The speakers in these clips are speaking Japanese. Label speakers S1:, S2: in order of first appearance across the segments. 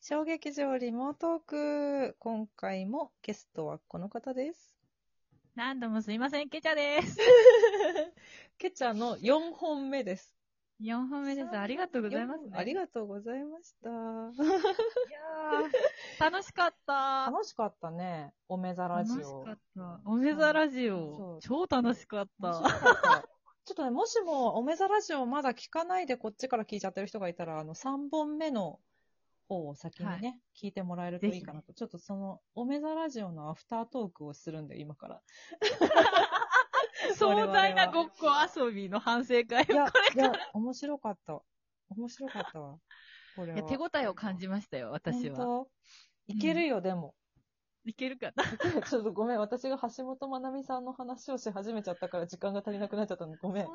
S1: 小劇場リモートーク。今回もゲストはこの方 です。
S2: 何度もすいません、ケチャです。
S1: ケチャの4本目です。
S2: 4本目です。ありがとうございます、
S1: 四本ありがとうございました。
S2: いやー楽しかっ た。
S1: 楽しかったね。おめざラ
S2: 楽
S1: ジ
S2: し
S1: オ
S2: か。った。おめざラジ
S1: そ
S2: オ
S1: う。
S2: 超楽しかっ
S1: 面
S2: た。
S1: 白かった ちょっとね、もしも、おめざラジオまだ聞かないでこっちから聞いちゃってる人がいたら、あの、3本目の方を先にね、
S2: は
S1: 聞いてもらえるといいかなと。ちょっとその、おめざラジオのアフタートークをするんで、今から。
S2: 壮大なごっこ遊びの反省会を。
S1: い
S2: い
S1: や、いや、面白かった。面白かったわ。これは。
S2: や手応えを感じましたよ、私は。
S1: 本当いけるよ、でも。
S2: いけるか な。
S1: ちょっとごめん、私が橋本まなみさんの話をし始めちゃったから時間が足りなくなっちゃったの。ごめん。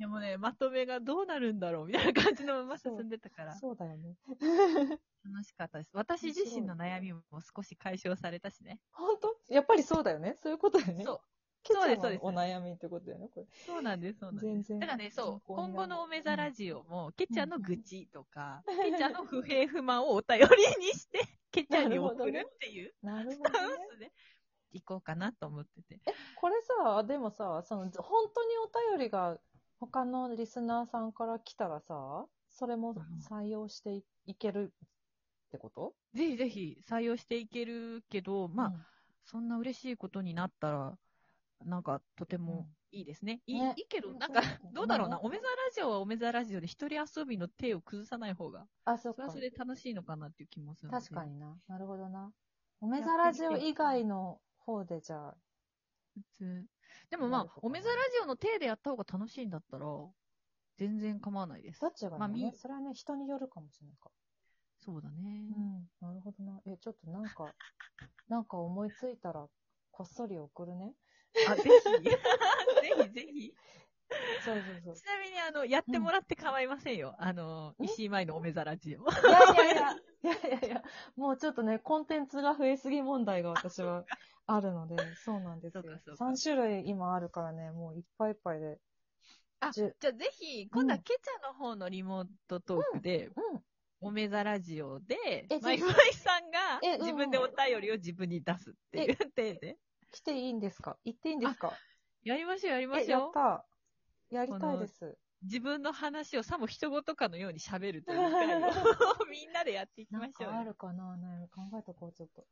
S2: でもね、まとめがどうなるんだろうみたいな感じのまま進んでたから、
S1: そうだよね。
S2: 楽しかったです。私自身の悩みも少し解消されたしね。
S1: 本当やっぱりそうだよね。そういうことだよね。
S2: そう。
S1: ケチャの
S2: そうですそうです
S1: お悩みってことだよね、これ。
S2: そうなんです、そうなんです。
S1: 全然。
S2: だからね、そう、今後のおめざラジオも、ケチャの愚痴とか、
S1: うん
S2: ケチャの不平不満をお便りにして、 ケチャに送るっていう
S1: オ。なるほ
S2: スタ
S1: ど
S2: ン
S1: ね。
S2: スで、いこうかなと思ってて。
S1: これさ、でもさ、その、本当にお便りが、他のリスナーさんから来たらさ、それも採用してい,、けるってこと
S2: ぜひぜひ採用していけるけど、まあ、そんな嬉しいことになったら、なんか、とてもいいですね。いい、
S1: ね
S2: いいけど、
S1: うん
S2: なんか
S1: そうそう、
S2: どうだろうな。
S1: ね
S2: おめざラジオはおめざラジオで一人遊びの手を崩さない方が、
S1: うんあ、そっ
S2: それ
S1: か
S2: は。それで楽しいのかなっていう気もするので。
S1: 確かにな。なるほどな。おめざラジオ以外の方でじゃあ、
S2: 普通でもま
S1: なる
S2: あ、
S1: ほど
S2: おめざラジオの体でやった方が楽しいんだったら、全然構わないです
S1: ど。っちがいい
S2: ま
S1: の
S2: あ
S1: ね
S2: み。
S1: それはね、人によるかもしれないか。
S2: そうだね。
S1: うん。なるほどな。え、ちょっとなんか、 なんか思いついたら、こっそり送るね。
S2: あ、ぜひ。 ぜひぜひ。
S1: そう そうそ
S2: ちなみに、あの、やってもらって構いませんよ。あの、
S1: ん
S2: 石井舞のおめざラジオ。
S1: う。いやいやいや、いやいやいや、もうちょっとね、コンテンツが増えすぎ問題が私 はあるので、そうなんですよ
S2: そうかそ。うか
S1: 3種類今あるからね、もういっぱいいっぱいで。
S2: あ、
S1: じ
S2: じ
S1: ゅ
S2: ゃあぜひ、今度はケチャの方のリモートトークで、
S1: うん。
S2: おめざラジオで
S1: え、
S2: ま
S1: ぜ
S2: い
S1: ひ
S2: まいさん
S1: えう
S2: が
S1: ん
S2: 自分でお便りを自分に出すっていう 体で。
S1: 来ていいんですか行っていいんですか
S2: やりましょう、やりま
S1: え、
S2: し
S1: や
S2: ょ
S1: っ
S2: う。
S1: た。やりたいです。
S2: 自分の話をさも人ごとかのように喋るという 会をみんなでやっていき
S1: な
S2: ま
S1: ん
S2: しょう
S1: か
S2: よ
S1: あ。るかな悩み考えとこう、ちょっと。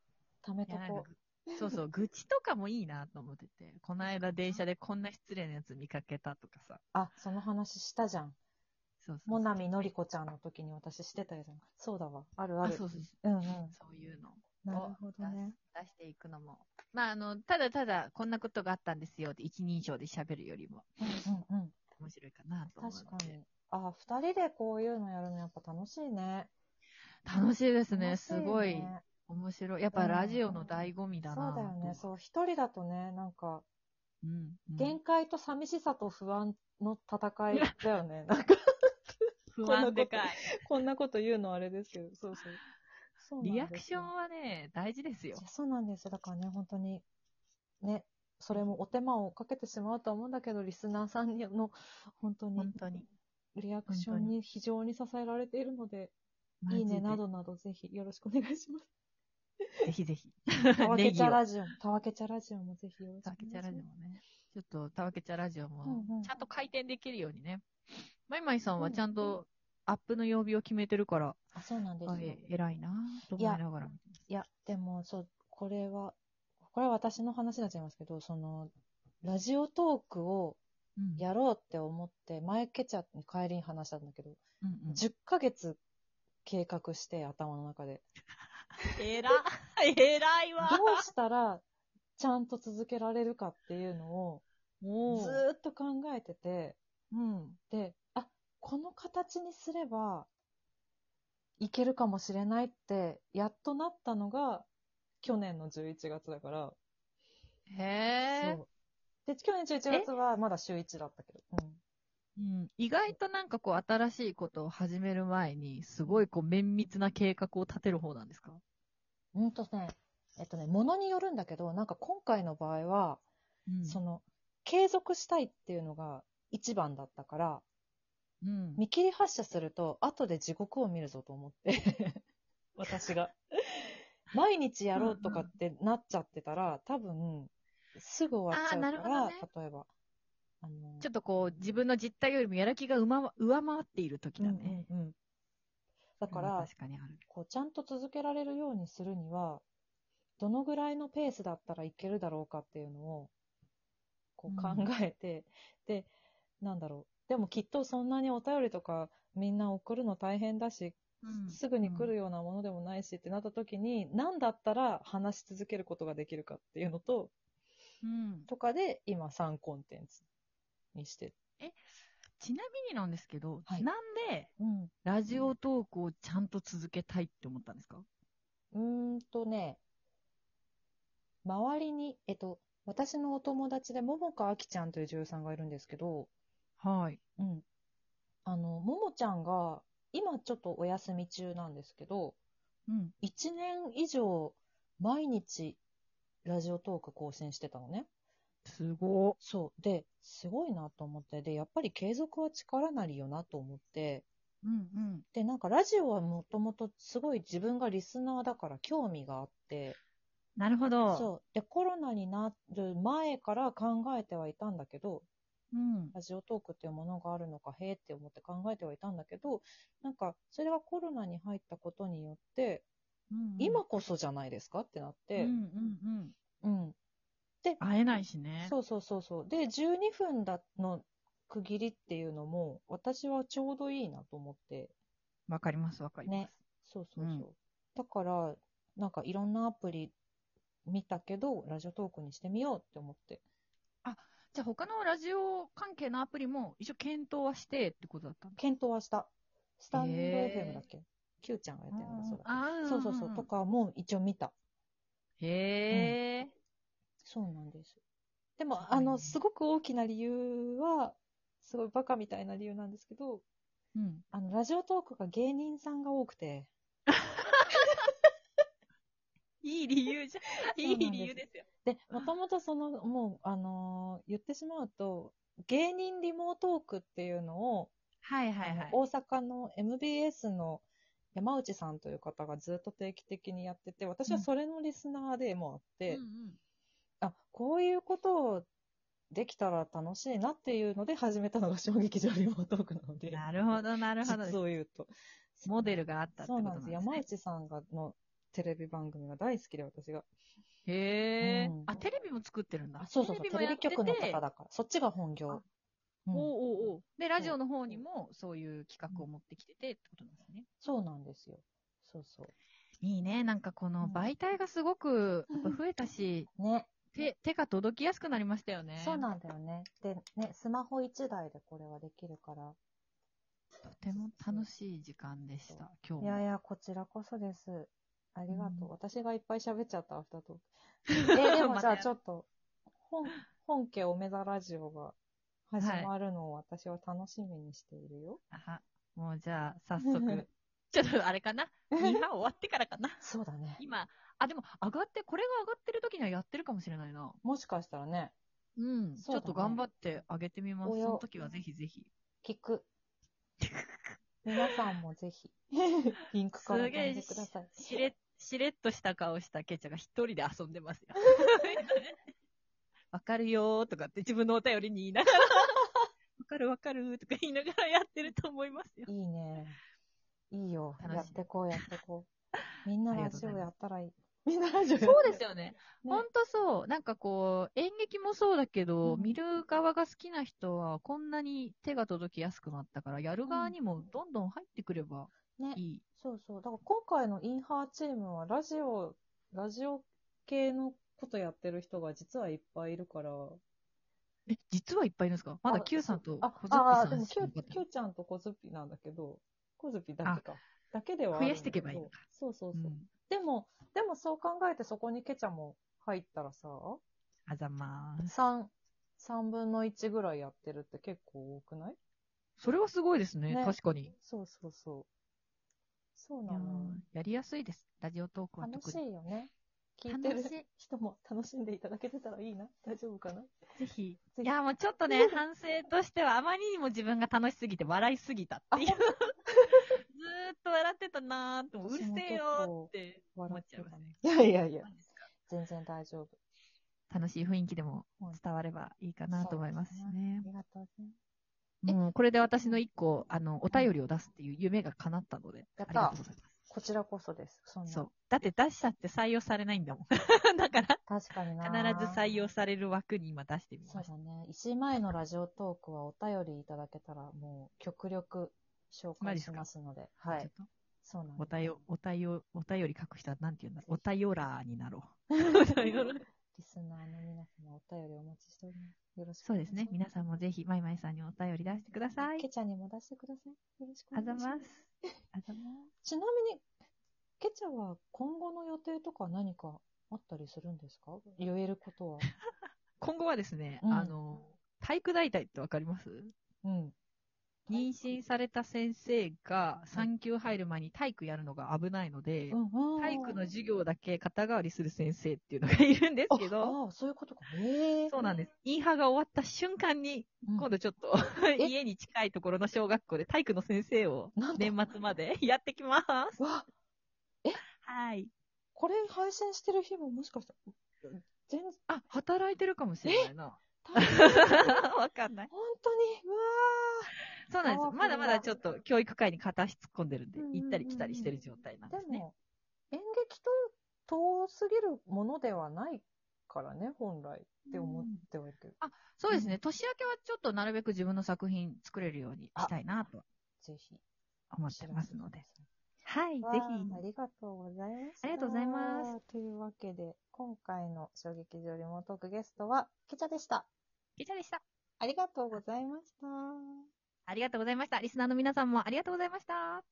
S1: 貯め
S2: い
S1: と
S2: やなん
S1: こ
S2: かそうそう、愚痴とかもいいなと思ってて、この間電車でこんな失礼なやつ見かけたとかさ。
S1: う。あ、その話したじゃん。
S2: そうそうそう
S1: もなみのりこちゃんの時に私してたじゃん。そうだわ。あるあ
S2: あ
S1: る。
S2: そうそうそう。
S1: うんうん。
S2: そういうのを
S1: なるほどね。
S2: 出す出していくのも。まあ、あの、ただただこんなことがあったんですよって一人称で喋るよりも
S1: うんうんうん。
S2: 面白いかなと思う
S1: 確か
S2: ので。
S1: に。あ、二人でこういうのやるのやっぱ楽しいね。
S2: 楽しいですね。
S1: 楽し
S2: すごい
S1: ね
S2: 面白い。やっぱラジオの醍醐味だ
S1: そ
S2: な
S1: う
S2: と。
S1: だよね。そう、一人だとね、なんか、
S2: うんうん
S1: 限界と寂しさと不安の戦いだよ ね。なんか、
S2: 不安でかい。
S1: こんなこと言うのあれですけど、そうそう。そうなんですよ
S2: リアクションはね、大事ですよ
S1: いや。そうなんです。だからね、本当に、ね、それもお手間をかけてしまうとは思うんだけど、リスナーさんの本当に
S2: 本当に。
S1: リアクションに非常に支えられているので、いいねなどなどぜひよろしくお願いし ます。
S2: ぜひ ぜひ。
S1: たわけちゃ
S2: ネギを
S1: ラジオ、たわけちゃラジオもぜひよろしくお
S2: たわ
S1: 願いします
S2: けちゃラジオ。もね。ちょっと、たわけちゃラジオも
S1: うんうん、
S2: ちゃんと回転できるようにね。まいまいさんはちゃんと、アップの曜日を決めてるから、
S1: あ、そうなんです
S2: あ
S1: よ。
S2: れ
S1: い、
S2: 偉いなぁと思いながら。
S1: や、でも、そう、これは、これは私の話になっちゃいますけど、その、ラジオトークを
S2: うん
S1: やろうって思って、前ケチャに帰りに話したんだけど、
S2: うんうん
S1: 10ヶ月計画して、頭の中で。
S2: 偉い、偉い
S1: ど
S2: わ
S1: うしたら、ちゃんと続けられるかっていうのを、
S2: も
S1: ず
S2: う、
S1: ーっと考えてて、
S2: うん。
S1: で、あ、この形にすれば、いけるかもしれないって、やっとなったのが、去年の11月だから、
S2: へぇ
S1: そう。で、去年11月はまだ週1だったけど、うん。
S2: うん、意外となんかこう、新しいことを始める前に、すごいこう、綿密な計画を立てる方なんですか
S1: うんとね、えっとね、ものによるんだけど、なんか今回の場合は、
S2: うん
S1: その、継続したいっていうのが一番だったから、
S2: うん。
S1: 見切り発車すると、後で地獄を見るぞと思って。私が。 毎日やろうとかってなっちゃってたら、多分、すぐ終わっちゃうか
S2: あーなるほ
S1: ら、
S2: どね
S1: 例えば。あの
S2: ちょっとこう、自分の実態よりもやる気がうま上回っている時だね。
S1: うんうんうんだか
S2: うん
S1: ら、
S2: 確かにある。
S1: こうちゃんと続けられるようにするには、どのぐらいのペースだったらいけるだろうかっていうのをこう考
S2: うん
S1: えて、で、なんだろう、でもきっとそんなにお便りとかみんな送るの大変だし、すぐに来るようなものでもないしってなった時に、何だったら話し続けることができるかっていうのと、
S2: うん
S1: とかで今3コンテンツにして。
S2: ちなみになんですけど、
S1: はい
S2: なんで
S1: うん。
S2: ラジオトークをちゃんと続けたいって思ったんですか
S1: うーんとね、周りに、えっと、私のお友達で、桃香あきちゃんという女優さんがいるんですけど、
S2: はい。
S1: うん。あの、桃ちゃんが、今ちょっとお休み中なんですけど、
S2: うん。
S1: 1年以上、毎日、ラジオトーク更新してたのね。
S2: すご
S1: そう。で、すごいなと思って、で、やっぱり継続は力なりよなと思って、
S2: うんうん。
S1: で、なんかラジオはもともとすごい自分がリスナーだから興味があって、
S2: なるほど。
S1: そう。で、コロナになる前から考えてはいたんだけど、
S2: う。ん。
S1: ラジオトークっていうものがあるのか、へえって思って考えてはいたんだけど、なんか、それがコロナに入ったことによって、
S2: うん
S1: 今こそじゃないですかってなっ
S2: うんう
S1: て、
S2: んう
S1: う
S2: ん。
S1: ん。
S2: 会えないしね。
S1: そうそうそうそう。で、12分だの区切りっていうのも、私はちょうどいいなと思って、
S2: わかります、わかります。
S1: ねそうそうそう。
S2: うん
S1: だから、なんかいろんなアプリ見たけど、ラジオトークにしてみようって思って。
S2: じゃあ他のラジオ関係のアプリも一応検討はしてってことだったんだ。
S1: 検討はした。スタンド
S2: へ
S1: FM
S2: ー
S1: だっけ ?Q ちゃんがやってるのがそうだっ
S2: あ
S1: け
S2: ー
S1: そうそうそう。と。かも一応見た。
S2: へえ。
S1: そうなんです。でも、
S2: すごいね
S1: あの、すごく大きな理由は、すごいバカみたいな理由なんですけど、
S2: うん。
S1: あの、ラジオトークが芸人さんが多くて、
S2: いい理由じゃん。いい理由ですよ。
S1: で、もともとその、もう、あのー言ってしまうと、芸人リモートークっていうのを、
S2: はいはいは
S1: あ
S2: い
S1: の。大阪の MBS の山内さんという方がずっと定期的にやってて、私はそれのリスナーでもあって、
S2: うんうん
S1: あ、こういうことをできたら楽しいなっていうので始めたのが 小劇場リモートークなので、
S2: なるほど、なるほどです
S1: 実。を言うと。
S2: モデルがあったって
S1: そう
S2: こと
S1: な
S2: なんん
S1: で。
S2: ですす
S1: 山
S2: ね。
S1: 内さんがのテレビ番組が大好きで、私が。
S2: へえ
S1: うん。
S2: あ、テレビも作ってるんだ
S1: あ。そうそうそう、テレビ局の
S2: もやってて
S1: 方だから。そっちが本業。うん
S2: おうおうおうで、ラジオの方にもそういう企画を持ってきててってことなんですね。
S1: そうなんですよ。そうそ
S2: いいね。なんかこ
S1: う
S2: の
S1: ん
S2: 媒体がすごくやっぱ増えたし、
S1: う。ね。
S2: 手、手が届きやすくなりましたよね。
S1: そうなんだよね。で、ね、スマホ1台でこれはできるから。
S2: とても楽しい時間でした、今日
S1: いやい
S2: も。
S1: や、こちらこそです。ありがとう。
S2: うん
S1: 私がいっぱい喋っちゃった、アフター トーク。え、でもじゃ
S2: また
S1: あ
S2: や
S1: ちょっと、本、本家おめざラジオが始まるのを私は楽しみにしているよ。
S2: あはもうじゃあ、早 速。ちょっとあれか な ?2 波終わってからかな
S1: そうだね。
S2: 今、あ、でも上がって、これが上がってる時にはやってるかもしれないな。
S1: もしかしたらね、
S2: うん。
S1: そうだ
S2: ちょ
S1: ね
S2: っと頑張って上げてみます。
S1: お
S2: そ
S1: よ
S2: の時はぜひぜひ。
S1: 聞 く。皆さんもぜひ、リンクから飛
S2: すげ
S1: ん
S2: え
S1: でください。
S2: しれ、しれっとした顔したケイちゃんが一人で遊んでます よ。わかるよーとかって自分のお便りに言いながら、わかるわかるーとか言いながらやってると思いますよ。
S1: いいね。いいよ。
S2: 楽しい
S1: やってこう、やってこう。みんな
S2: あり
S1: ラ
S2: がとう
S1: ジ
S2: ござ
S1: オ
S2: います
S1: やった らいい。みんなラジオや
S2: そうですよね。
S1: ね
S2: ほんとそう。なんかこう、演劇もそうだけど、
S1: うん
S2: 見る側が好きな人は、こんなに手が届きやすくなったから、やる側にもどんどん入ってくれば
S1: ね
S2: い。い。
S1: そうそう。だから今回のインハーチームはラジオ、ラジオ系のことやってる人が実はいっぱいいるから。
S2: え、実はいっぱいいるんですかまだ Q さんと
S1: あ
S2: 小、月
S1: あ
S2: さ
S1: あ、
S2: ん
S1: でも
S2: し
S1: Q
S2: かいなかっ、た
S1: Q ちゃんとコズピなんだけど、コズピだけか。だけではあるんだ
S2: 増やしていけばいいのか
S1: そうそう
S2: う
S1: そう。
S2: ん。
S1: でも、でもそう考えてそこにケチャも入ったらさ、
S2: あざまーす。
S1: 3、3分の1ぐらいやってるって結構多くない
S2: それはすごいですね。
S1: ね
S2: 確かに。
S1: そうそうそう。そう
S2: い
S1: な
S2: やー
S1: のよ。
S2: やりやすいです。ラジオトークは
S1: 楽
S2: 特
S1: し
S2: に。
S1: いよね。聞いてる
S2: 楽しい
S1: 人も楽しんでいただけてたらいいな。大丈夫かな
S2: ぜひ。
S1: ひ
S2: いやー、もうちょっと ね、反省としては、あまりにも自分が楽しすぎて笑いすぎたっていう。ずーっと笑ってたなーって、もううる
S1: 私も
S2: せえよーって思
S1: 笑
S2: っ
S1: っ
S2: ち
S1: て
S2: ゃい
S1: た
S2: ますね
S1: ね。いやいやいや
S2: そう、ですか
S1: 全然大丈夫。
S2: 楽しい雰囲気でも
S1: うん
S2: 伝わればいいかなと思いますし
S1: あ
S2: ね。
S1: りがとうございます。え
S2: もうこれで私の一個、あの、お便りを出すっていう夢が叶ったので、
S1: やった
S2: ありがとうございます。
S1: こちらこそです。そんな
S2: そう。だって出したって採用されないんだもん。だから、
S1: 確かにな。
S2: 必ず採用される枠に今出してみ
S1: そう
S2: ました
S1: だ。ね。1前のラジオトークはお便りいただけたら、もう極力紹
S2: マ
S1: 介
S2: ジっす
S1: し
S2: か
S1: ますので。は
S2: ち
S1: い
S2: ょっ。と。
S1: そうなん
S2: お
S1: です。
S2: たよ、おたよ、お便り書く人はなんて言うんだろう。おたよらーになろう。
S1: リスナーの皆様、お便りお待ちしております。よろしく
S2: そうですね。皆さんも
S1: ひ。
S2: ぜひ、まいまいさんにお便り出してください
S1: ケ。ちゃんにも出してください。よろしくお
S2: あ
S1: 願いし
S2: ざ
S1: ます。
S2: ます。あざます。
S1: ちなみに、ケチャは今後の予定とか何かあったりするんですか言えること は。
S2: 今後はですね、
S1: うん
S2: あの、体育大隊ってわかります
S1: うん。
S2: 妊娠された先生が産休入る前に体育やるのが危ないので、
S1: うんうん
S2: 体育の授業だけ肩代わりする先生っていうのがいるんですけど、
S1: ああ、そういうことか。ええ
S2: そうなんです。インハが終わった瞬間に、
S1: うん
S2: 今度ちょっと、
S1: え
S2: 家に近いところの小学校で体育の先生を
S1: なんと
S2: 年末まで やってきます。
S1: わ、
S2: はい。
S1: これ配信してる日ももしかしたら、全然、
S2: あ、働いてるかもしれないな。
S1: 大変
S2: わかんない。
S1: 本当に、うわ
S2: そうなん
S1: パ
S2: で
S1: ワ
S2: す。
S1: フル
S2: ま
S1: だ
S2: だまだちょっと教育界に片足突っ込んでるんで
S1: うんう、んうんうん
S2: 行ったり来たりしてる状態なんで
S1: ー
S2: す
S1: で
S2: ね。
S1: も、演劇と遠すぎるものではないからね、本来って思ってはいるけど、
S2: そうですね。年明けはちょっとなるべく自分の作品作れるようにしたいなと
S1: ぜひ、
S2: 思ってますので。
S1: 知
S2: はい、ぜ
S1: らせてください。わああ
S2: ひ。
S1: りがとうございます。
S2: ありがとうございます。
S1: というわけで、今回の衝撃場リモートークゲストは、ケチャでした。
S2: 以上でした。
S1: ありがとうございました。
S2: ありがとうございました。リスナーの皆さんもありがとうございました。